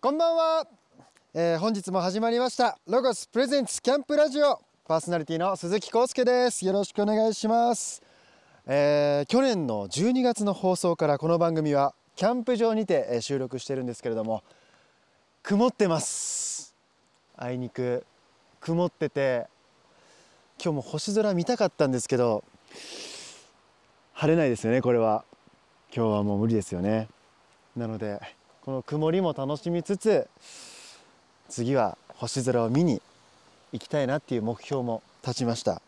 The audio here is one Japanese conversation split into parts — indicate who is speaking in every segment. Speaker 1: こんばんは、えー本日も始まりましたロゴスプレゼンツキャンプラジオパーソナリティの鈴木康介ですよろしくお願いします、えー去年の12月の放送からこの番組はキャンプ場にてえー収録してるんですけれども曇ってますあいにく曇ってて今日も星空見たかったんですけど晴れないですよねこれは今日はもう無理ですよねなのでこの曇りも楽しみつつ次は星空を見に行きたいなっていう目標も立ちました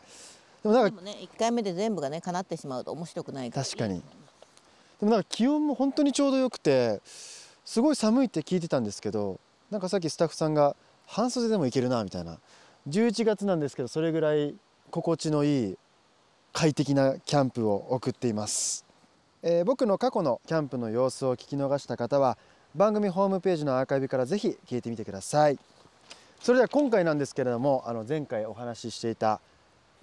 Speaker 1: でもなん
Speaker 2: で
Speaker 1: か
Speaker 2: もね一回目で全部がね叶ってしまうと面白くないから
Speaker 1: 確かにでもなんか気温も本当にちょうどよくてすごい寒いって聞いてたんですけどなんかさっきスタッフさんが半袖でもいけるなみたいな11月なんですけどそれぐらい心地のいい快適なキャンプを送っています、えー僕の過去のキャンプの様子を聞き逃した方は番組ホームページのアーカイブからぜひ聞いてみてくださいそれでは今回なんですけれどもあの前回お話ししていた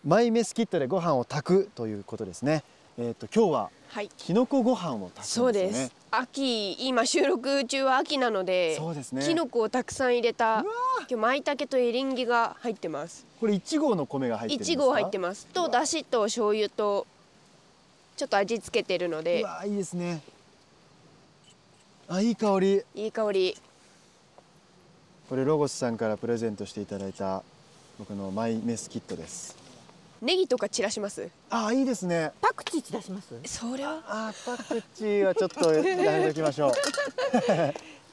Speaker 1: マイメスキットでご飯を炊くということですねえっ、と今日は
Speaker 3: はい。
Speaker 1: きのこご飯を炊
Speaker 3: そ
Speaker 1: くん
Speaker 3: う
Speaker 1: で
Speaker 3: です
Speaker 1: よね
Speaker 3: す。秋今収録中は秋なので、
Speaker 1: そうですね
Speaker 3: キノコをたくさん入れた今日舞茸とエリンギが入ってます。
Speaker 1: これ1合の米が入ってるんです
Speaker 3: 一
Speaker 1: か
Speaker 3: 合入ってます。とだしと醤油とちょっと味付けてるの
Speaker 1: う
Speaker 3: で
Speaker 1: わいいですねあいい香り
Speaker 3: いい香り。
Speaker 1: これロゴスさんからプレゼントしていただいた僕のマイメスキットです
Speaker 3: ネギとか散らします。
Speaker 1: あいいですね
Speaker 2: パクチー散らします
Speaker 3: それは
Speaker 1: あパクチーはちょっとやめときましょう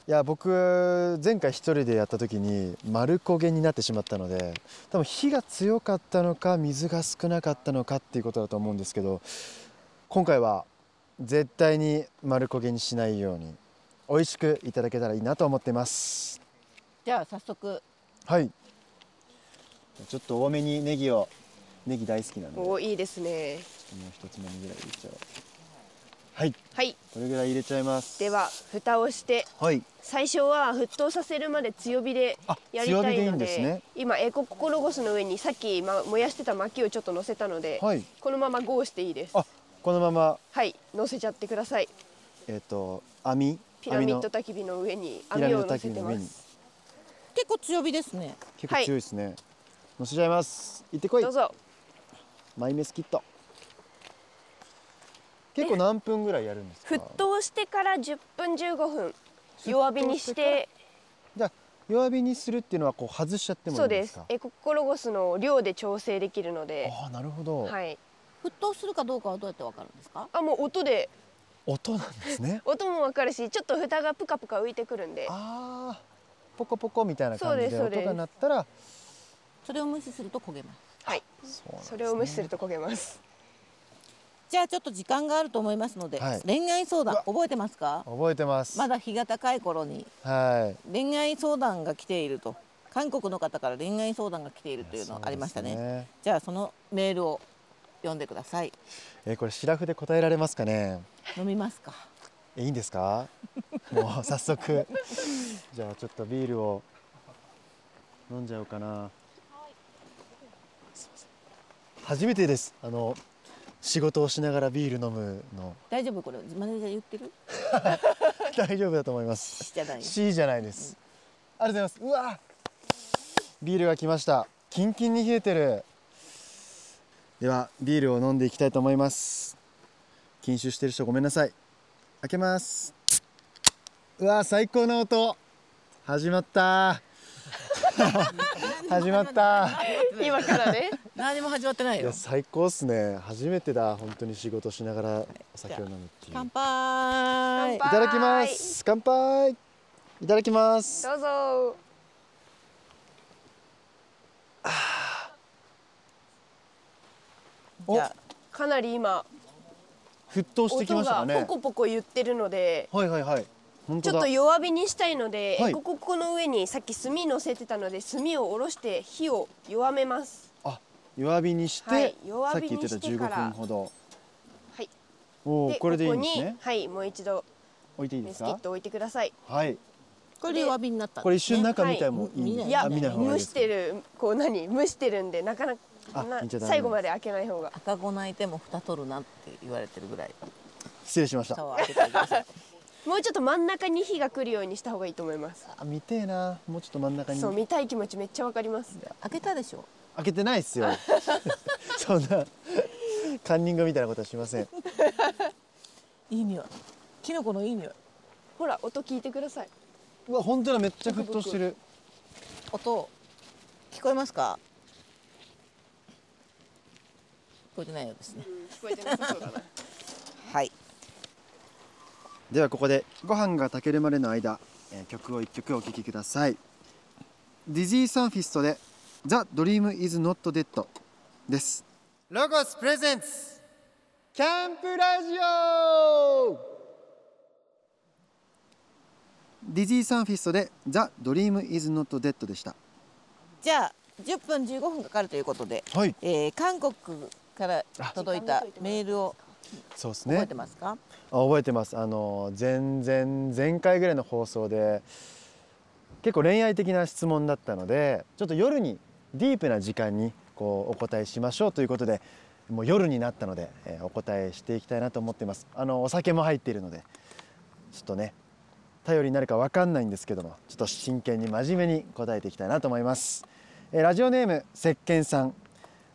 Speaker 1: いや僕前回一人でやった時に丸焦げになってしまったので多分火が強かったのか水が少なかったのかっていうことだと思うんですけど今回は絶対に丸焦げにしないように美味しくいただけたらいいなと思ってます
Speaker 2: じゃあ早速
Speaker 1: はいちょっと多めにネギをネギ大好きなのでもう
Speaker 3: おいいですね。
Speaker 1: 一つまみぐらい入れちゃおうはい
Speaker 3: はい。
Speaker 1: これぐらい入れちゃいます
Speaker 3: では蓋をして
Speaker 1: はい
Speaker 3: 最初は沸騰させるまで強火で
Speaker 1: あ
Speaker 3: やりたいの
Speaker 1: 強火
Speaker 3: で
Speaker 1: でいいんですね
Speaker 3: 今エコココロゴスの上にさっき、ま、燃やしてた薪をちょっと乗せたので、
Speaker 1: はい
Speaker 3: このままゴーしていいです
Speaker 1: あこのまま
Speaker 3: はい乗せちゃってください
Speaker 1: えっ、と網
Speaker 3: ピラミッド
Speaker 1: 網の
Speaker 3: 焚き火の上に
Speaker 1: ピラミッ
Speaker 3: 網を
Speaker 1: ド
Speaker 3: 乗
Speaker 1: 焚き
Speaker 3: せ
Speaker 1: 火
Speaker 3: て
Speaker 1: の
Speaker 3: ま
Speaker 1: 上に
Speaker 3: す
Speaker 2: 結構強火ですね
Speaker 1: 結構強いですね、乗せちゃいます行ってこい
Speaker 3: どうぞ
Speaker 1: マイメスキット結構何分ぐらいやるんですか
Speaker 3: 沸騰してから10分15分弱火にして
Speaker 1: じゃあ弱火にするっていうのはこう外しちゃってもい
Speaker 3: そ
Speaker 1: い
Speaker 3: うん
Speaker 1: で
Speaker 3: ですす
Speaker 1: か
Speaker 3: エコココロゴスの量で調整できるので
Speaker 1: ああなるほど、
Speaker 3: はい
Speaker 2: 沸騰するかどうかはどうやってわかるんですか
Speaker 3: あもう音で
Speaker 1: 音なんですね
Speaker 3: 音もわかるしちょっと蓋がプカプカ浮いてくるんで
Speaker 1: ああポコポコみたいな感じで
Speaker 3: そうですそうです
Speaker 1: 音が鳴ったら
Speaker 2: それを無視すると焦げます
Speaker 3: はい
Speaker 1: そうなんです
Speaker 3: それを無視すると焦げます
Speaker 2: じゃあちょっと時間があると思いますので、
Speaker 1: はい
Speaker 2: 恋愛相談覚えてますか
Speaker 1: 覚えてます、
Speaker 2: まだ日が高い頃に
Speaker 1: はい
Speaker 2: 恋愛相談が来ていると韓国の方から恋愛相談が来ているというのありましたね
Speaker 1: そうです
Speaker 2: じゃあそのメールを読んでください
Speaker 1: えーこれシラフで答えられますかね
Speaker 2: 飲みますか
Speaker 1: えいいんですか もう早速じゃあちょっとビールを飲んじゃおうかなすいません初めてですあの仕事をしながらビール飲むの
Speaker 2: 大丈夫これマネージャー言ってる
Speaker 1: 大丈夫だと思います
Speaker 2: しじゃない
Speaker 1: C じゃないですありがとうございますうわビールが来ましたキンキンに冷えてるではビールを飲んでいきたいと思います禁酒してる人ごめんなさい開けますうわ最高の音始まった 始まった
Speaker 3: 今からね
Speaker 2: 何も始まってない
Speaker 1: い
Speaker 2: よ
Speaker 1: や最高っすね初めてだ本当に仕事しながらお酒を飲むっていう
Speaker 2: 乾
Speaker 1: い
Speaker 2: 杯
Speaker 3: 乾杯
Speaker 1: ただきます乾杯いただきます
Speaker 3: どうぞ
Speaker 1: お
Speaker 2: じゃあ
Speaker 3: かなり今
Speaker 1: 沸騰してきま
Speaker 3: 音
Speaker 1: したか
Speaker 3: が
Speaker 1: ね
Speaker 3: ポコポコ言ってるので、
Speaker 1: はいはいはい。本当
Speaker 3: ちょっ
Speaker 1: だ
Speaker 3: と。弱火にしたいので、
Speaker 1: はい
Speaker 3: ここここの上にさっき炭乗せてたので炭を下ろして火を弱めます
Speaker 1: あ、弱火にして、
Speaker 3: はい弱
Speaker 1: さっ
Speaker 3: 火
Speaker 1: き言
Speaker 3: に
Speaker 1: ってた
Speaker 3: して
Speaker 1: 15
Speaker 3: から
Speaker 1: 分ほど。
Speaker 3: はい
Speaker 1: おお、これでいいんです
Speaker 3: こ
Speaker 1: ね
Speaker 3: こに。はいもう一度
Speaker 1: 置いていいで
Speaker 3: メ
Speaker 1: す
Speaker 3: スキッ
Speaker 1: か。
Speaker 3: ト置いてください
Speaker 1: はい。
Speaker 2: これで弱火になったんですね
Speaker 1: これ一瞬中見たもいいん
Speaker 2: は
Speaker 1: で
Speaker 2: い
Speaker 1: す。
Speaker 3: いや
Speaker 1: あ見ない方がいい
Speaker 3: 蒸
Speaker 1: で
Speaker 3: し
Speaker 1: すか。
Speaker 3: てるこう何蒸してるんでなかな
Speaker 1: あ
Speaker 3: かな
Speaker 1: 見ちゃダメ
Speaker 3: 最後まで開けない方が
Speaker 2: 赤子泣いても蓋取るなって言われてるぐらい
Speaker 1: 失礼しました。
Speaker 2: 蓋を開けてください
Speaker 3: もうちょっと真ん中に火が来るようにした方がいいと思います
Speaker 1: あ見てえなもうちょっと真ん中に
Speaker 3: そう見たい気持ちめっちゃわかります
Speaker 2: 開けたでしょ
Speaker 1: 開けてないっ すよそんなカンニングみたいなことはしません
Speaker 2: いい匂いキノコのいい匂い
Speaker 3: ほら音聞いてくださいう
Speaker 1: わ本当だめっちゃ沸騰してる
Speaker 2: 音聞こえますか聞こえてないようですね
Speaker 3: 聞こえてなさそうだ な
Speaker 2: はい
Speaker 1: ではここでご飯が炊けるまでの間、えー曲を一曲お聴きくださいディジーサンフィストで「ザ・ドリーム・イズ・ノット・デッド」ですロゴスプレゼンツキャンプラジオディジーサンフィストで「ザ・ドリーム・イズ・ノット・デッド」でした
Speaker 2: じゃあ10分15分かかるということで、
Speaker 1: はい
Speaker 2: えー韓国から届いた
Speaker 3: 時間見といてもら
Speaker 2: メールを
Speaker 1: そうです
Speaker 2: 覚えてますか、
Speaker 1: あ覚えてますあの前前前回ぐらいの放送で結構恋愛的な質問だったのでちょっと夜にディープな時間にこうお答えしましょうということでもう夜になったので、えーお答えしていきたいなと思っていますあのお酒も入っているのでちょっとね頼りになるかわかんないんですけどもちょっと真剣に真面目に答えていきたいなと思います、えーラジオネーム石鹸さん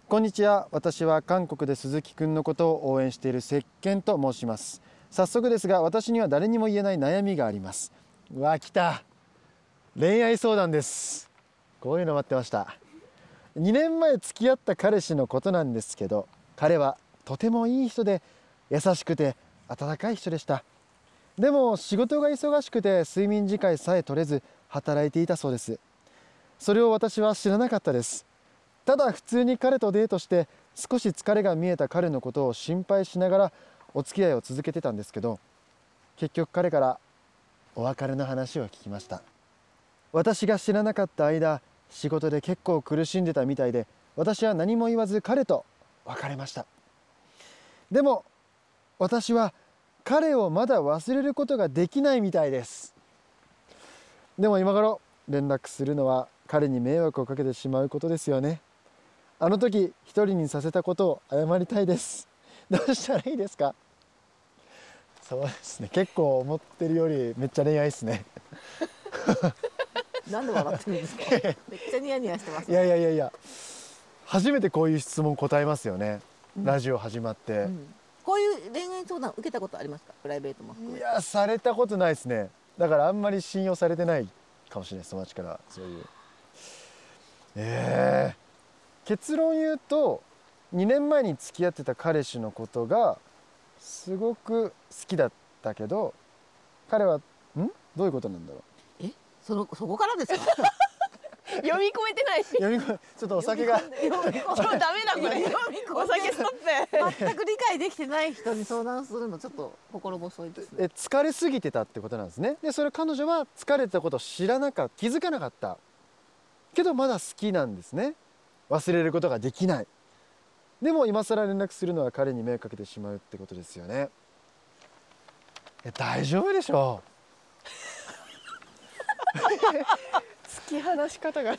Speaker 1: こんにちは私は韓国で鈴木くんのことを応援している石鹸と申します早速ですが私には誰にも言えない悩みがありますうわ来た恋愛相談ですこういうの待ってました2年前付き合った彼氏のことなんですけど彼はとてもいい人で優しくて温かい人でしたでも仕事が忙しくて睡眠時間さえ取れず働いていたそうですそれを私は知らなかったですただ普通に彼とデートして少し疲れが見えた彼のことを心配しながらお付き合いを続けてたんですけど結局彼からお別れの話を聞きました私が知らなかった間仕事で結構苦しんでたみたいで私は何も言わず彼と別れましたでも私は彼をまだ忘れることができないみたいですでも今頃連絡するのは彼に迷惑をかけてしまうことですよねあの時一人にさせたことを謝りたいです どうしたらいいですかそうですね結構思ってるよりめっちゃ恋愛ですね
Speaker 2: なんで笑ってるんですか めっちゃニヤニヤしてます
Speaker 1: いやいやいやいや初めてこういう質問答えますよね、ラジオ始まって
Speaker 2: う、んこういう恋愛相談受けたことありますかプライベートも含め
Speaker 1: いやされたことないですねだからあんまり信用されてないかもしれない友達からそういうええ結論言うと2年前に付き合ってた彼氏のことがすごく好きだったけど彼はんどういうことなんだろう
Speaker 2: えそのそこからですか
Speaker 3: 読み込めてないし
Speaker 1: 読み込むちょっとお酒 が
Speaker 3: ちょダメだこれお酒ストップ
Speaker 2: 全く理解できてない人に相談するのちょっと心細いですね
Speaker 1: え疲れすぎてたってことなんですねでそれ彼女は疲れてたことを知らなかった気づかなかったけどまだ好きなんですね忘れることができないでも今更連絡するのは彼に迷惑かけてしまうってことですよねえ大丈夫でしょ
Speaker 3: 突き放し方が
Speaker 1: う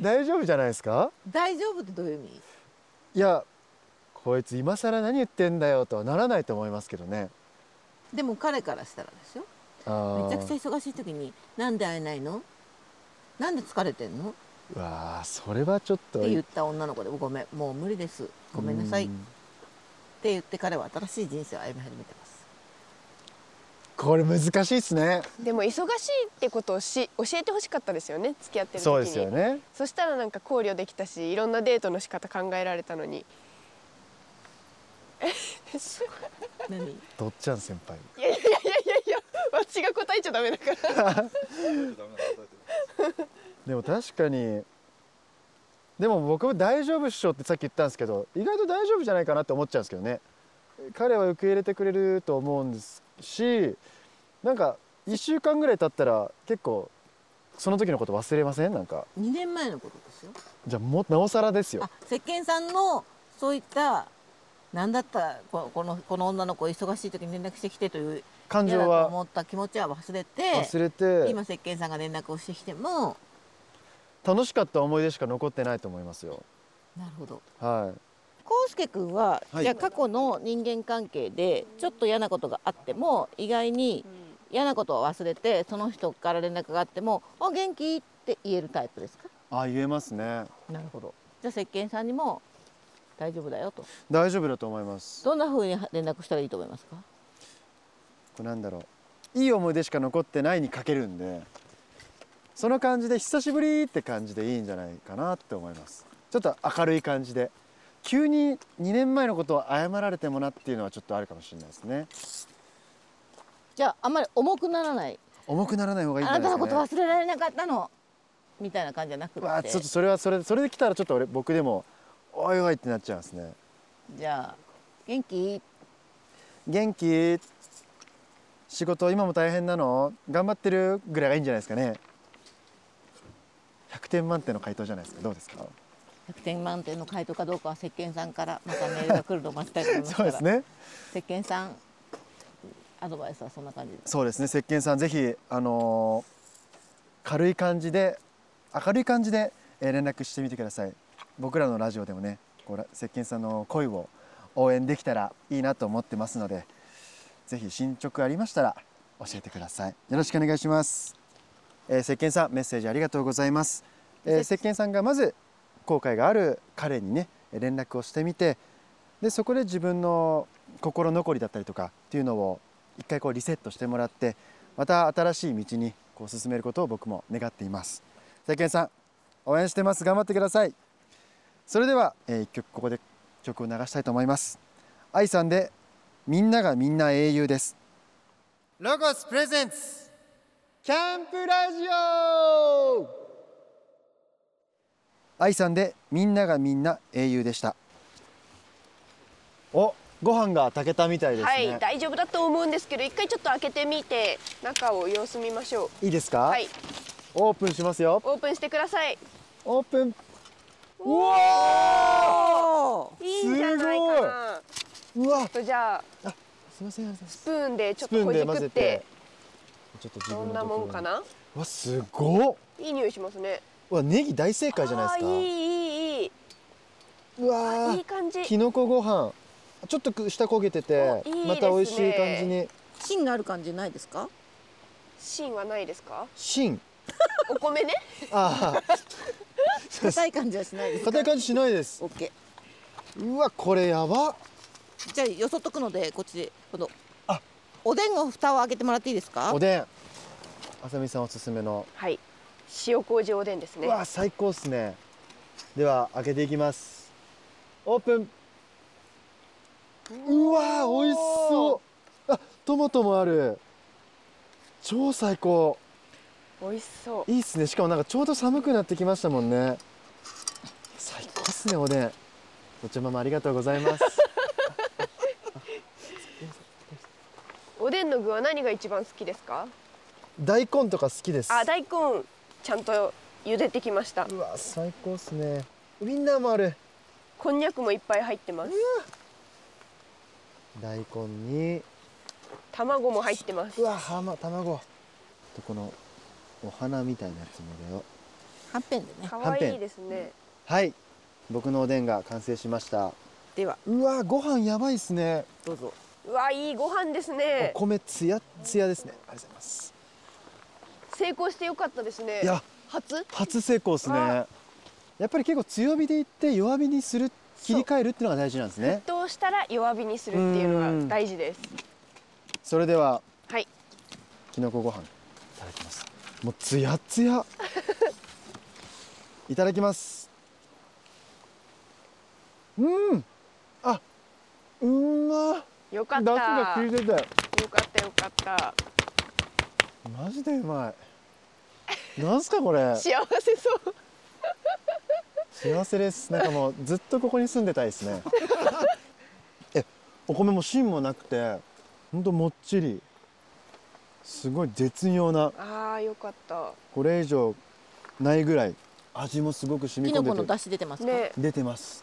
Speaker 1: 大丈夫じゃないですか
Speaker 2: 大丈夫ってどういう意味
Speaker 1: いやこいつ今更何言ってんだよとはならないと思いますけどね
Speaker 2: でも彼からしたらですよ
Speaker 1: あー
Speaker 2: めちゃくちゃ忙しい時になんで会えないのなんで疲れてんのっ
Speaker 1: うわあそれはちょっと
Speaker 2: て言った女の子でごめんもう無理ですごめんなさいうって
Speaker 1: ん
Speaker 2: 言って彼は新しい人生を歩み始めてます
Speaker 1: これ難しいですね
Speaker 3: でも忙しいってことをし教えてほしかったですよね付き合ってる時に
Speaker 1: そうですよね
Speaker 3: そしたらなんか考慮できたしいろんなデートの仕方考えられたのに えすごい
Speaker 2: 何
Speaker 1: どっちゃん先輩
Speaker 3: いやいやいやいやいや私が答えちゃダメだから
Speaker 1: でも確かにでも僕も大丈夫っしょってさっき言ったんですけど意外と大丈夫じゃないかなって思っちゃうんですけどね彼は受け入れてくれると思うんですしなんか1週間ぐらい経ったら結構その時のこと忘れませんなんか
Speaker 2: 2年前のことですよ
Speaker 1: じゃあもうなおさらですよ
Speaker 2: あ石鹸さんのそういったなんだったらここのこの女の子忙しい時に連絡してきてという
Speaker 1: 感
Speaker 2: 嫌
Speaker 1: 情
Speaker 2: だと
Speaker 1: は
Speaker 2: 思った気持ちは忘れて
Speaker 1: 忘れて
Speaker 2: 今石鹸さんが連絡をしてきても
Speaker 1: 楽しかった思い出しか残ってないと思いますよ
Speaker 2: なるほど
Speaker 1: は
Speaker 2: 康介君は、
Speaker 1: はい
Speaker 2: じゃあ過去の人間関係でちょっと嫌なことがあっても意外に嫌なことを忘れてその人から連絡があっても「あ元気?」って言えるタイプですか
Speaker 1: あ言えますね
Speaker 2: なるほどじゃあ石鹸さんにも「大丈夫だよ」と
Speaker 1: 大丈夫だと思います
Speaker 2: どんな風に連絡したらいいと思いますか
Speaker 1: これなんだろういい思い出しか残ってないにかけるんでその感じで久しぶりって感じでいいんじゃないかなって思いますちょっと明るい感じで急に2年前のことを謝られてもなっていうのはちょっとあるかもしれないですね
Speaker 2: じゃああんまり重くならない
Speaker 1: 重くならない方がいいんじ
Speaker 2: あ
Speaker 1: ゃ
Speaker 2: な
Speaker 1: ない
Speaker 2: た
Speaker 1: で
Speaker 2: の
Speaker 1: すか
Speaker 2: こ
Speaker 1: ね
Speaker 2: と忘れられなかったのみたいな感じじゃなく
Speaker 1: うわ
Speaker 2: っ
Speaker 1: ーちょ
Speaker 2: て
Speaker 1: っとそれはそれそれで来たらちょっと俺僕でもおいおいってなっちゃいますね
Speaker 2: じゃあ「元気?」
Speaker 1: 元気仕事今も大変なの頑張ってるぐらいがいいんじゃないですかね100点満点の回答じゃないですかどうですか
Speaker 2: 100点満点の回答かどうかは石鹸さんからまたメールが来るのを待ちたいと思いますか
Speaker 1: そうで
Speaker 2: ら
Speaker 1: すね
Speaker 2: 石鹸さんアドバイスはそんな感じです
Speaker 1: そうですね石鹸さんぜひあのー軽い感じで明るい感じで、えー連絡してみてください僕らのラジオでもねこうら石鹸さんの恋を応援できたらいいなと思ってますのでぜひ進捗ありましたら教えてくださいよろしくお願いします、えー、石鹸さんメッセージありがとうございます、えー、石鹸さんがまず後悔がある彼にね連絡をしてみてでそこで自分の心残りだったりとかっていうのを一回こうリセットしてもらってまた新しい道にこう進めることを僕も願っています石鹸さん応援してます頑張ってくださいそれでは、えー、一曲ここで曲を流したいと思います愛さんでみんながみんな英雄ですロゴスプレゼンツキャンプラジオ愛さんでみんながみんな英雄でしたおご飯が炊けたみたいですね、
Speaker 3: はい、大丈夫だと思うんですけど、一回ちょっと開けてみて、中を様子見ましょう。
Speaker 1: いいですか、
Speaker 3: はい、
Speaker 1: オープンしますよ
Speaker 3: オープンしてください。
Speaker 1: オープンうわ
Speaker 3: いいんじゃないかな。
Speaker 1: ーうわ
Speaker 3: じゃあ、
Speaker 1: すみませんありがとうございます
Speaker 3: スプーンでち
Speaker 1: ス
Speaker 3: ょっ
Speaker 1: プ
Speaker 3: と
Speaker 1: ーン
Speaker 3: こ
Speaker 1: で
Speaker 3: じ
Speaker 1: 混
Speaker 3: く
Speaker 1: ぜ
Speaker 3: ってて、
Speaker 1: ちょっと自
Speaker 3: ど
Speaker 1: 分の
Speaker 3: んなもんかな。
Speaker 1: うわすごっ
Speaker 3: いい匂いしますね。
Speaker 1: うわネギ大正解じゃないです
Speaker 3: あ
Speaker 1: か
Speaker 3: ーいい、いい、いい。
Speaker 1: うわー
Speaker 3: いい感じ。
Speaker 1: きのこご飯ちょっとく下焦げてて
Speaker 3: おいいですね
Speaker 1: また美味しい感じに
Speaker 2: 芯がある感じないですか
Speaker 3: 芯はないですか。
Speaker 1: 芯
Speaker 3: お米 ね。
Speaker 1: ああ
Speaker 2: 硬い感じはしないですか
Speaker 1: 硬い感じしないです
Speaker 2: オッケ
Speaker 1: うわこれやば
Speaker 2: ーじゃあよそっとくのでこっちでこの
Speaker 1: あ
Speaker 2: おでんの蓋を開けてもらっていいですか
Speaker 1: おでんあさみさんおすすめの
Speaker 3: はい。塩麹おでんです
Speaker 1: う
Speaker 3: ね。
Speaker 1: わ最高っすねでは開けていきますオープンうわ美味しそうあトマトもある超最高
Speaker 3: 美味しそう。
Speaker 1: いいっすねしかもなんかちょうど寒くなってきましたもんね最高っすねおでんお茶ママありがとうござい ます
Speaker 3: おでんの具は何が一番好きですか。
Speaker 1: 大根とか好きです
Speaker 3: あ、大根ちゃんと茹でてきました。
Speaker 1: うわ最高っすねウインナーもある
Speaker 3: こんにゃくもいっぱい入ってます。
Speaker 1: 大根に
Speaker 3: 卵も入ってます
Speaker 1: う。わはま卵とこのお花みたいなやつもだよ
Speaker 2: はんぺんでね
Speaker 3: 可愛いですね。
Speaker 1: はい僕のおでんが完成しました
Speaker 2: では
Speaker 1: うわご飯やばいっすね
Speaker 2: どうぞ
Speaker 3: うわ、いいご飯です
Speaker 1: お
Speaker 3: ね。
Speaker 1: 米つやつやですねありがとうございます
Speaker 3: 成功してよかったですね。
Speaker 1: いや
Speaker 3: 初。
Speaker 1: 初成功ですね
Speaker 3: あ
Speaker 1: やっぱり結構強火でいって弱火にする切り替えるっていうのが大事なんですね
Speaker 3: どうしたら弱火にするっていうのが大事です。
Speaker 1: それでは
Speaker 3: はい。
Speaker 1: きのこご飯いただきますもうつやつ やいただきますうんあうま
Speaker 3: よかっ
Speaker 1: だ
Speaker 3: た。よ
Speaker 1: しが
Speaker 3: か
Speaker 1: 効いてて
Speaker 3: ったよかった。
Speaker 1: マジでうまい。なんすかこ れ。
Speaker 3: 幸せそう。
Speaker 1: 幸せです。なんかもうずっとここに住んでたいです ね。え、お米も芯もなくて、ほんともっちり。すごい絶妙な、
Speaker 3: ああ、よかった。
Speaker 1: これ以上ないぐらい味もすごく染
Speaker 2: き
Speaker 1: み込
Speaker 2: のこの
Speaker 1: んでて
Speaker 2: 出汁出てますか、
Speaker 3: ね。
Speaker 1: 出てます。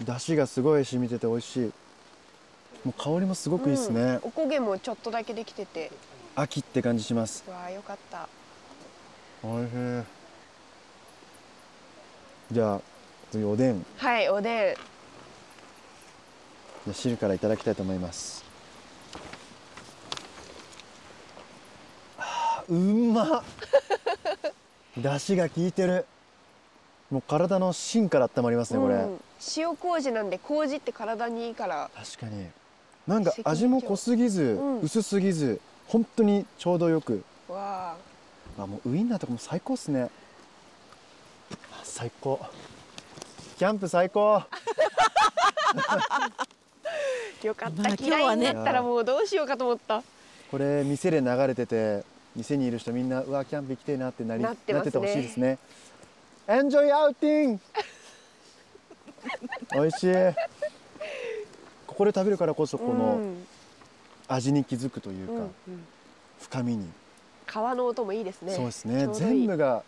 Speaker 1: 出汁がすごい染みてて美味しい。もう香りもすごくいいですね。
Speaker 3: おこげもちょっとだけできてて。
Speaker 1: 秋って感じします。
Speaker 3: うわあ、よかった。
Speaker 1: おいしい。じゃあ次おでん。
Speaker 3: はい、おでん。
Speaker 1: じゃあ汁からいただきたいと思いますあーう まっ出汁が効いてるもう体の芯から温まりますねこれ、
Speaker 3: うん、塩麹なんで麹って体にいいから
Speaker 1: 確かになんか味も濃すぎず、
Speaker 3: うん
Speaker 1: 薄すぎず本当にちょうどよく
Speaker 3: わあ
Speaker 1: あもうウインナーとかも最高っすねあ最高キャンプ最高
Speaker 3: よかった、
Speaker 2: まあ今日
Speaker 3: 嫌
Speaker 2: はいね
Speaker 3: になったらもうどうしようかと思った
Speaker 1: これ店で流れてて店にいる人みんなうわキャンプ行きてえなってなり
Speaker 3: なってますね
Speaker 1: てほしいですねエンジョイアウテ ィング美味しいここで食べるからこそこ
Speaker 3: う
Speaker 1: の
Speaker 3: ん
Speaker 1: 味に気づくというか、
Speaker 3: うんうん
Speaker 1: 深みに
Speaker 3: 皮の音もいいですね
Speaker 1: そうですね
Speaker 3: ちょうどいい
Speaker 1: 全部が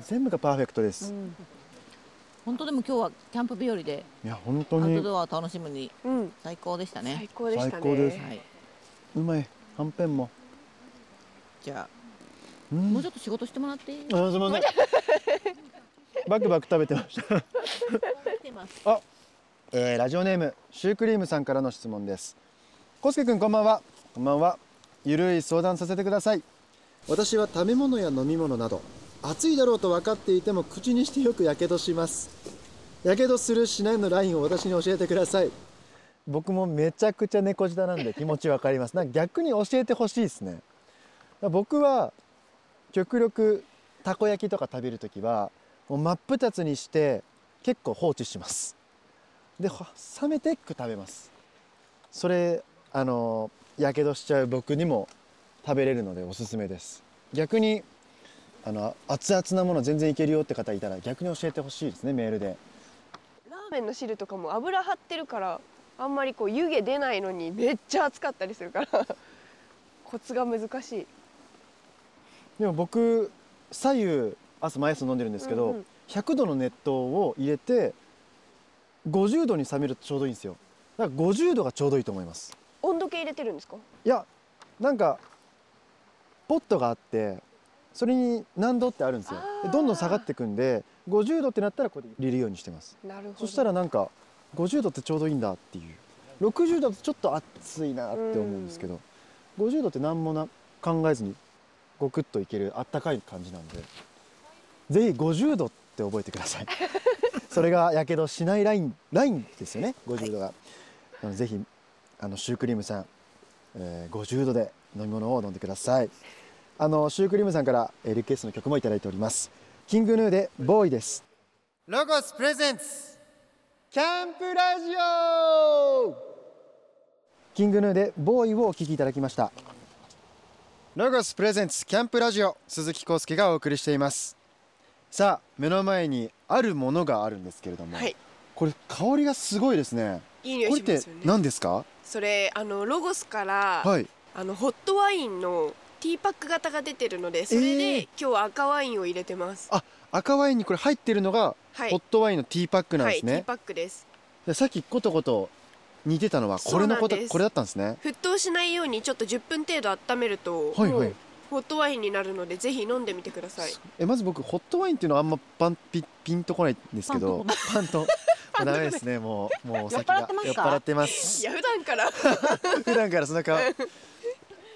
Speaker 1: 全部がパーフェクトで
Speaker 3: う
Speaker 1: す、
Speaker 3: ん、
Speaker 2: 本当でも今日はキャンプ日和で
Speaker 1: いや本当
Speaker 2: アウト
Speaker 1: に
Speaker 2: ドアを楽しむに
Speaker 3: うん、
Speaker 2: 最高でしたね
Speaker 3: 最。高でしたね
Speaker 1: 最高です
Speaker 2: はい。
Speaker 1: うまいはんぺん も、
Speaker 2: じゃ
Speaker 1: うん
Speaker 2: あもうちょっと仕事してもらってい
Speaker 1: あ
Speaker 2: い？
Speaker 1: すみませんバクバク食べてました
Speaker 2: 来てます。
Speaker 1: あ、えーラジオネームシュークリームさんからの質問ですコスケくんこんばんはこんばんはゆるい相談させてください私は食べ物や飲み物など熱いだろうと分かっていても口にしてよくやけどしますやけどするしないのラインを私に教えてください僕もめちゃくちゃ猫舌なんで気持ちわかりますなんか逆に教えてほしいですね僕は極力たこ焼きとか食べるときはもう真っ二つにして結構放置しますでほ冷めてく食べますそれあのやけどしちゃう僕にも食べれるのでおすすめです逆にあの熱々なもの全然いけるよって方いたら逆に教えてほしいですねメールで
Speaker 3: ラーメンの汁とかも油張ってるからあんまりこう湯気出ないのにめっちゃ熱かったりするから コツが難しい
Speaker 1: でも僕左右朝毎朝飲んでるんですけど、
Speaker 3: うんうん
Speaker 1: 100度の熱湯を入れて50度に冷めるとちょうどいいんですよだから50度がちょうどいいと思います
Speaker 3: 温度計入れてるんですか
Speaker 1: いやなんかポットがあってそれに何度ってあるんですよ
Speaker 3: あー
Speaker 1: でどんどん下がっていくんで50度ってなったらこれ入れるようにしてます
Speaker 3: なるほど
Speaker 1: そしたらなんか50度ってちょうどいいんだっていう60度だとちょっと暑いなって思うんですけど、50度って何もな考えずにゴクッといけるあったかい感じなんでぜひ50度って覚えてくださ いそれがやけどしないラインラインですよね50度が、なのでぜひあのシュークリームさん、えー50度で飲み物を飲んでくださいあのシュークリームさんから、えーリクエストの曲もいただいておりますキングヌーでボーイですロゴスプレゼンツキャンプラジオキングヌーでボーイをお聞きいただきましたロゴスプレゼンツキャンプラジオ鈴木康介がお送りしていますさあ目の前にあるものがあるんですけれども、
Speaker 3: はい
Speaker 1: これ香りがすごいですね
Speaker 3: いい匂い
Speaker 1: これ
Speaker 3: し
Speaker 1: っ
Speaker 3: ま
Speaker 1: て
Speaker 3: すよね
Speaker 1: 何ですか
Speaker 3: それあのロゴスから、
Speaker 1: はい
Speaker 3: あのホットワインのティーパック型が出てるのでそれで、
Speaker 1: えー
Speaker 3: 今日は赤ワインを入れてます
Speaker 1: あ赤ワインにこれ入ってるのが、
Speaker 3: はい
Speaker 1: ホットワインのティーパックなん
Speaker 3: は
Speaker 1: で
Speaker 3: い
Speaker 1: す
Speaker 3: ティー
Speaker 1: ね、
Speaker 3: パックです
Speaker 1: でさっきことこと似てたのはこれのこと
Speaker 3: そうなんです
Speaker 1: これだったんですね
Speaker 3: 沸騰しないようにちょっと10分程度温めると、
Speaker 1: はいはい
Speaker 3: もうホットワインになるのでぜひ飲んでみてください
Speaker 1: えまず僕ホットワインっていうのはあんまパンピピンとこないんですけどパンともうダメですねもうもうお酒が
Speaker 2: 酔っ払ってますか
Speaker 1: ってます
Speaker 3: いや普段から
Speaker 1: 普段からそんな顔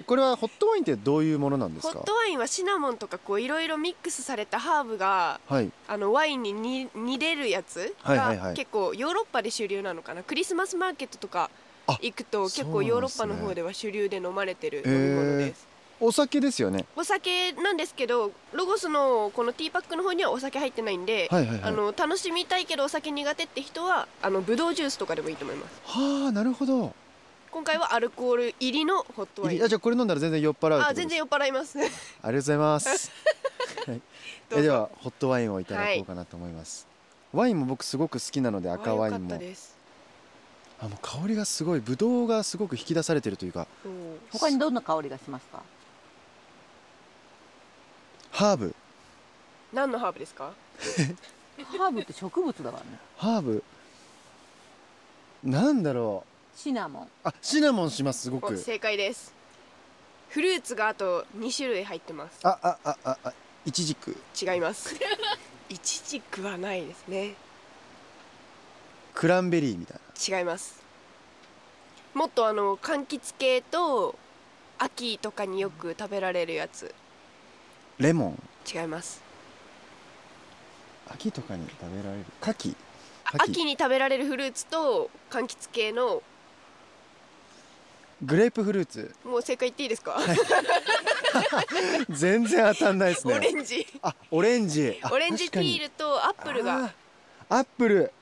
Speaker 1: これはホットワインってどういうものなんです
Speaker 3: ホ
Speaker 1: か
Speaker 3: ットワインはシナモンとかこういろいろミックスされたハーブが
Speaker 1: はい
Speaker 3: あのワインにに煮れるやつ
Speaker 1: はいはいは
Speaker 3: が
Speaker 1: い
Speaker 3: 結構ヨーロッパで主流なのかなクリスマスマーケットとか
Speaker 1: あ
Speaker 3: 行くと結構ヨーロッパの方では主流で飲まれてる
Speaker 1: そうなん
Speaker 3: 飲
Speaker 1: で
Speaker 3: み
Speaker 1: すね
Speaker 3: 物です。
Speaker 1: お酒ですよね
Speaker 3: お酒なんですけどロゴスのこのティーパックの方にはお酒入ってないんで、
Speaker 1: はいはいはい
Speaker 3: あの楽しみたいけどお酒苦手って人はあのブドウジュースとかでもいいと思います
Speaker 1: はあなるほど
Speaker 3: 今回はアルコール入りのホットワイ
Speaker 1: い
Speaker 3: ン
Speaker 1: やじゃあこれ飲んだら全然酔っ払うってことで
Speaker 3: あ
Speaker 1: す
Speaker 3: 全然酔っ払います
Speaker 1: ありがとうございます。はい、
Speaker 3: どうぞ
Speaker 1: えではホットワインをいただこうかなと思います。ワインも僕すごく好きなので赤ワイン
Speaker 3: あよかった
Speaker 1: も
Speaker 3: です
Speaker 1: あもう香りがすごいブドウがすごく引き出されてるというか
Speaker 3: そう
Speaker 2: 他にどんな香りがしますか？
Speaker 1: ハーブ
Speaker 3: 何のハーブですか
Speaker 2: ハーブって植物だからね。
Speaker 1: ハーブなんだろ
Speaker 2: シナモン。
Speaker 1: うあシナモンしますすご
Speaker 3: お
Speaker 1: く
Speaker 3: 正解ですフルーツがあと2種類入ってます
Speaker 1: あああああイチジク
Speaker 3: 違います イチジクはないですね
Speaker 1: クランベリーみたい
Speaker 3: 違いますもっとあの柑橘系と秋とかによく食べられるやつ
Speaker 1: レモン
Speaker 3: 違います
Speaker 1: 秋とかに食べられる牡蠣
Speaker 3: 秋に食べられるフルーツと柑橘系の
Speaker 1: グレープフルーツ
Speaker 3: もう正解言っていいですか、
Speaker 1: 全然当たんないです
Speaker 3: オレ
Speaker 1: ね
Speaker 3: ンジ
Speaker 1: あオレンジあ
Speaker 3: オレンジ
Speaker 1: 確か
Speaker 3: ピ
Speaker 1: に
Speaker 3: ールとアップルが
Speaker 1: あーアップル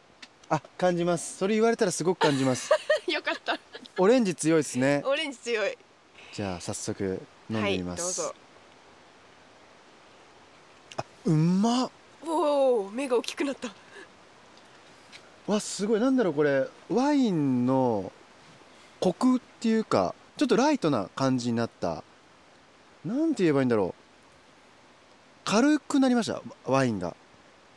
Speaker 1: あ感じますそれ言われたらすごく感じます
Speaker 3: よかった
Speaker 1: オレンジ強いですね
Speaker 3: オレンジ強い
Speaker 1: じゃあ早速飲んでみます、
Speaker 3: は
Speaker 1: どう
Speaker 3: い
Speaker 1: ぞうまっ
Speaker 3: どうぞおお目が大きくなった
Speaker 1: わすごいなんだろうこれワインのコクっていうかちょっとライトな感じになったなんて言えばいいんだろう軽くなりましたワインが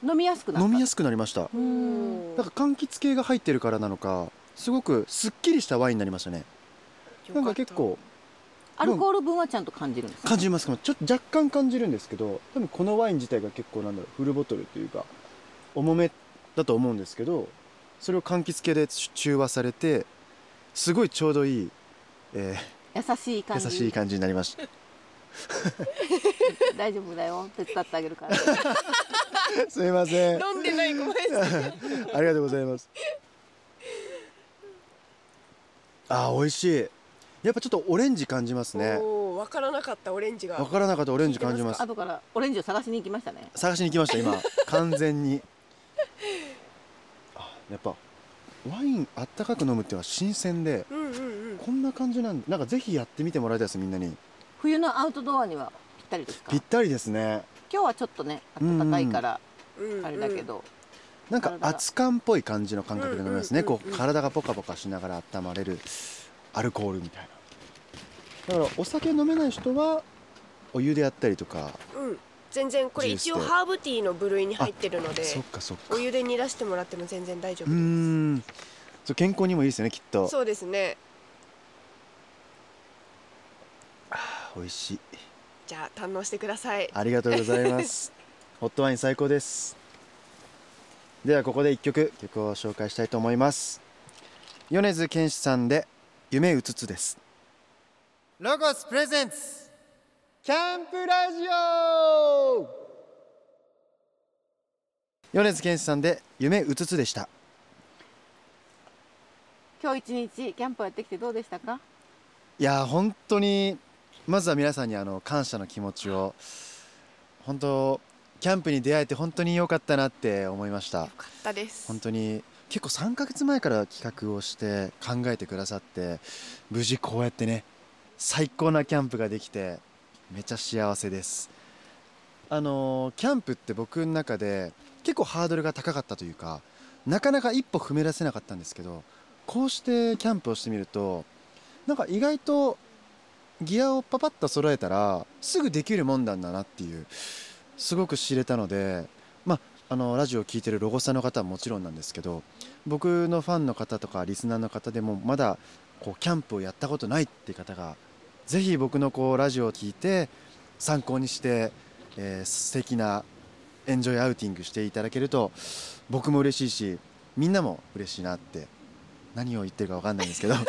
Speaker 2: 飲みやすくなった
Speaker 1: 飲みやすくなりました
Speaker 2: うん
Speaker 1: なんか柑橘系が入ってるからなのかすごくすっきりしたワインになりましたねなんか結構
Speaker 2: アルコール分はちゃんと感じるんです
Speaker 1: 感じますかちょっと若干感じるんですけど多分このワイン自体が結構なんだろうフルボトルというか重めだと思うんですけどそれを柑橘系で中和されてすごいちょうどいい、え
Speaker 2: 優しい感
Speaker 1: ー、
Speaker 2: じ
Speaker 1: 優しい感じになりました
Speaker 2: 大丈夫だよ手伝ってあげるから
Speaker 1: すいませ ん
Speaker 3: 飲んでないごめんなさい
Speaker 1: ありがとうございますあー美味しいやっぱちょっとオレンジ感じますね
Speaker 3: おお分からなかったオレンジが
Speaker 1: わからなかったオレンジ感じます
Speaker 2: 後からオレンジを探しに行きましたね
Speaker 1: 探しに来ました今完全にあやっぱワインあったかく飲むっていうのは新鮮で
Speaker 3: うんうんうん
Speaker 1: こんな感じなんなんかぜひやってみてもらいたいですみんなに
Speaker 2: 冬のアウトドアにはぴったりですか
Speaker 1: ぴったりですね
Speaker 2: 今日はちょっとね暖かいから
Speaker 3: うんうん
Speaker 2: あれだけど、
Speaker 1: なんか
Speaker 2: 体が
Speaker 1: 熱感っぽい感じの感覚で飲めますね
Speaker 3: うんうんうん
Speaker 1: こう体がポカポカしながら温まれるアルコールみたいなだからお酒飲めない人はお湯でやったりとか
Speaker 3: うん全然これ一
Speaker 1: ジュ
Speaker 3: 応
Speaker 1: ースで
Speaker 3: ハーブティーの部類に入ってるので
Speaker 1: そっかそっか
Speaker 3: お湯で煮出してもらっても全然大丈
Speaker 1: うー
Speaker 3: 夫
Speaker 1: んそう健康にもいいですよねきっと
Speaker 3: そうですね
Speaker 1: 美味しい
Speaker 3: じゃあ堪能してください
Speaker 1: ありがとうございます。ホットワイン最高です。ではここで一曲曲を紹介したいと思います。米津玄師さんで夢うつつです。ロゴスプレゼンツキャンプラジオ。米津玄師さんで夢うつつでした。
Speaker 2: 今日一日キャンプやってきてどうでしたか
Speaker 1: いやー本当にまずは皆さんにあの感謝の気持ちを本当キャンプに出会えて本当に良かったなって思いました。
Speaker 3: よかったです
Speaker 1: 本当に結構3ヶ月前から企画をして考えてくださって無事こうやってね最高なキャンプができてめちゃ幸せですあのーキャンプって僕の中で結構ハードルが高かったというかなかなか一歩踏み出せなかったんですけどこうしてキャンプをしてみるとなんか意外とギアをパパッと揃えたらすぐできるもんだんだなっていうすごく知れたのでまああのラジオを聴いてるロゴスタの方はもちろんなんですけど僕のファンの方とかリスナーの方でもまだこうキャンプをやったことないっていう方がぜひ僕のこうラジオを聞いて参考にして、えー素敵なエンジョイアウティングしていただけると僕も嬉しいしみんなも嬉しいなって何を言ってるか分かんないんですけどちょ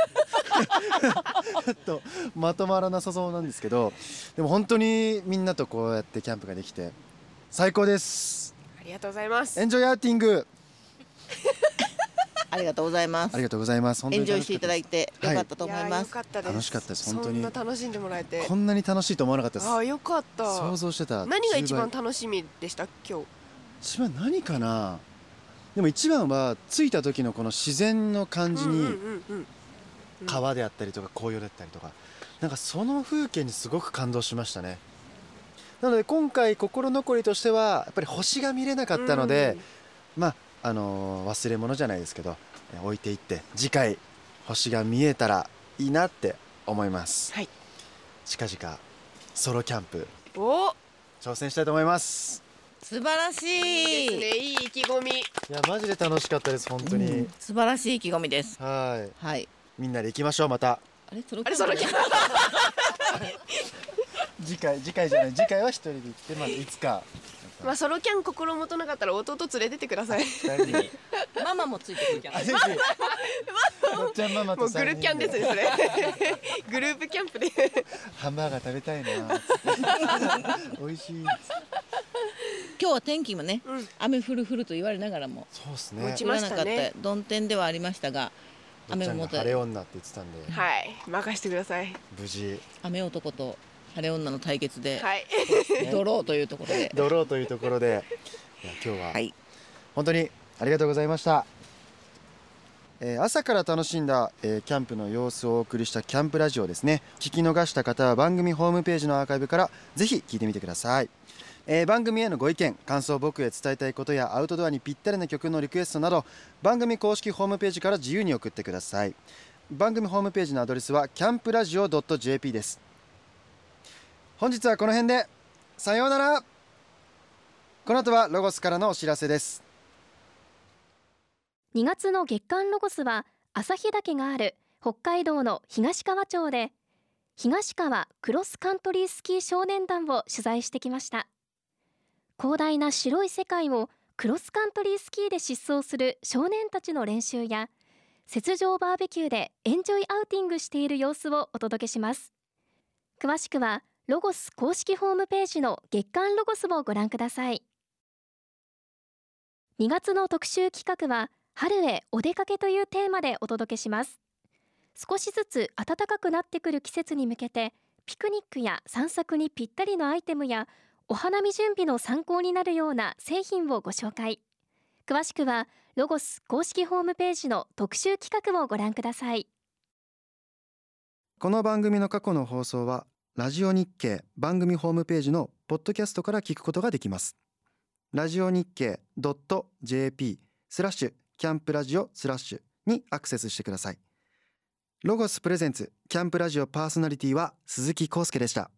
Speaker 1: っとまとまらなさそうなんですけどでも本当にみんなとこうやってキャンプができて最高です
Speaker 3: ありがとうございます
Speaker 1: エンジョイアーティング
Speaker 2: ありがとうございま
Speaker 1: あ
Speaker 2: す
Speaker 1: りがとうございます本
Speaker 2: エ
Speaker 1: 当
Speaker 2: ン
Speaker 1: に
Speaker 2: ジ
Speaker 1: 楽か
Speaker 2: ョイしていただいて
Speaker 1: は
Speaker 2: よ
Speaker 1: い
Speaker 2: かったと思い
Speaker 3: や
Speaker 2: ま
Speaker 3: よ
Speaker 2: す、
Speaker 3: かったです
Speaker 1: 楽しかったです本当
Speaker 3: そ
Speaker 1: に
Speaker 3: んな楽しんでもらえて
Speaker 1: こんなに楽しいと思わなかったです
Speaker 3: ああよかった
Speaker 1: 想像してた
Speaker 3: 何が一番
Speaker 1: 10倍
Speaker 3: 楽しみでした今日
Speaker 1: 一番何かなでも一番は着いた時のこの自然の感じ
Speaker 3: うんう
Speaker 1: に
Speaker 3: んうんうんうん
Speaker 1: 川であったりとか紅葉だったりとかなんかその風景にすごく感動しましたねなので今回心残りとしてはやっぱり星が見れなかったので、まああのー忘れ物じゃないですけどえー置いていって次回星が見えたらいいなって思います、
Speaker 3: はい、
Speaker 1: 近々ソロキャンプ
Speaker 3: うんおー
Speaker 1: 挑戦したいと思います
Speaker 2: 素晴らし
Speaker 3: い
Speaker 2: い
Speaker 3: いですねいい意気込み
Speaker 1: いやマジで楽しかったです本当に、
Speaker 2: うん素晴らしい意気込みです
Speaker 1: は
Speaker 2: はい
Speaker 1: いみんなで行きましょうまた
Speaker 2: あれソロ
Speaker 3: あれそのキャラ
Speaker 1: 次回次回じゃない次回は一人で行ってまずいつか
Speaker 3: まあソロキャン心もとなかったら弟連れてってください
Speaker 1: 二人で
Speaker 2: ママもついてくるじゃん
Speaker 1: あぜひおっちゃんママと
Speaker 3: もうグ
Speaker 1: 三
Speaker 3: ル
Speaker 1: 人
Speaker 3: キャンですね それグループキャンプで
Speaker 1: ハンバーガー食べたいな美味しい
Speaker 2: 今日は天気もね、雨降る降ると言われながらも
Speaker 1: そうです
Speaker 3: も
Speaker 1: ね
Speaker 3: ち来ましたね
Speaker 2: 降らなかった曇天ではありましたが
Speaker 1: おっ
Speaker 2: 雨
Speaker 1: ちゃん
Speaker 2: も
Speaker 1: が
Speaker 2: と
Speaker 1: 晴れ女って言ってたんで、
Speaker 3: はい任してください
Speaker 1: 無事
Speaker 2: 雨男と晴れ女の対決で、
Speaker 3: はい
Speaker 2: ドローというところで
Speaker 1: ドローというところでいや今日は
Speaker 2: はい
Speaker 1: 本当にありがとうございました、えー朝から楽しんだ、えーキャンプの様子をお送りしたキャンプラジオですね聞き逃した方は番組ホームページのアーカイブからぜひ聞いてみてください、えー番組へのご意見感想僕へ伝えたいことやアウトドアにぴったりな曲のリクエストなど番組公式ホームページから自由に送ってください番組ホームページのアドレスはキャンプラジオ .jp です本日はこの辺でさようならこの後はロゴスからのお知らせです
Speaker 4: 2月の月間ロゴスは朝日岳がある北海道の東川町で東川クロスカントリースキー少年団を取材してきました広大な白い世界をクロスカントリースキーで疾走する少年たちの練習や雪上バーベキューでエンジョイアウティングしている様子をお届けします詳しくはロゴス公式ホームページの月間ロゴスをご覧ください2月の特集企画は春へお出かけというテーマでお届けします少しずつ暖かくなってくる季節に向けてピクニックや散策にぴったりのアイテムやお花見準備の参考になるような製品をご紹介詳しくはロゴス公式ホームページの特集企画をご覧ください
Speaker 1: この番組の過去の放送はラジオ日経番組ホームページのポッドキャストから聞くことができますラジオ日経 .jp スラッシュキャンプラジオスラッシュにアクセスしてくださいロゴスプレゼンツキャンプラジオパーソナリティは鈴木康介でした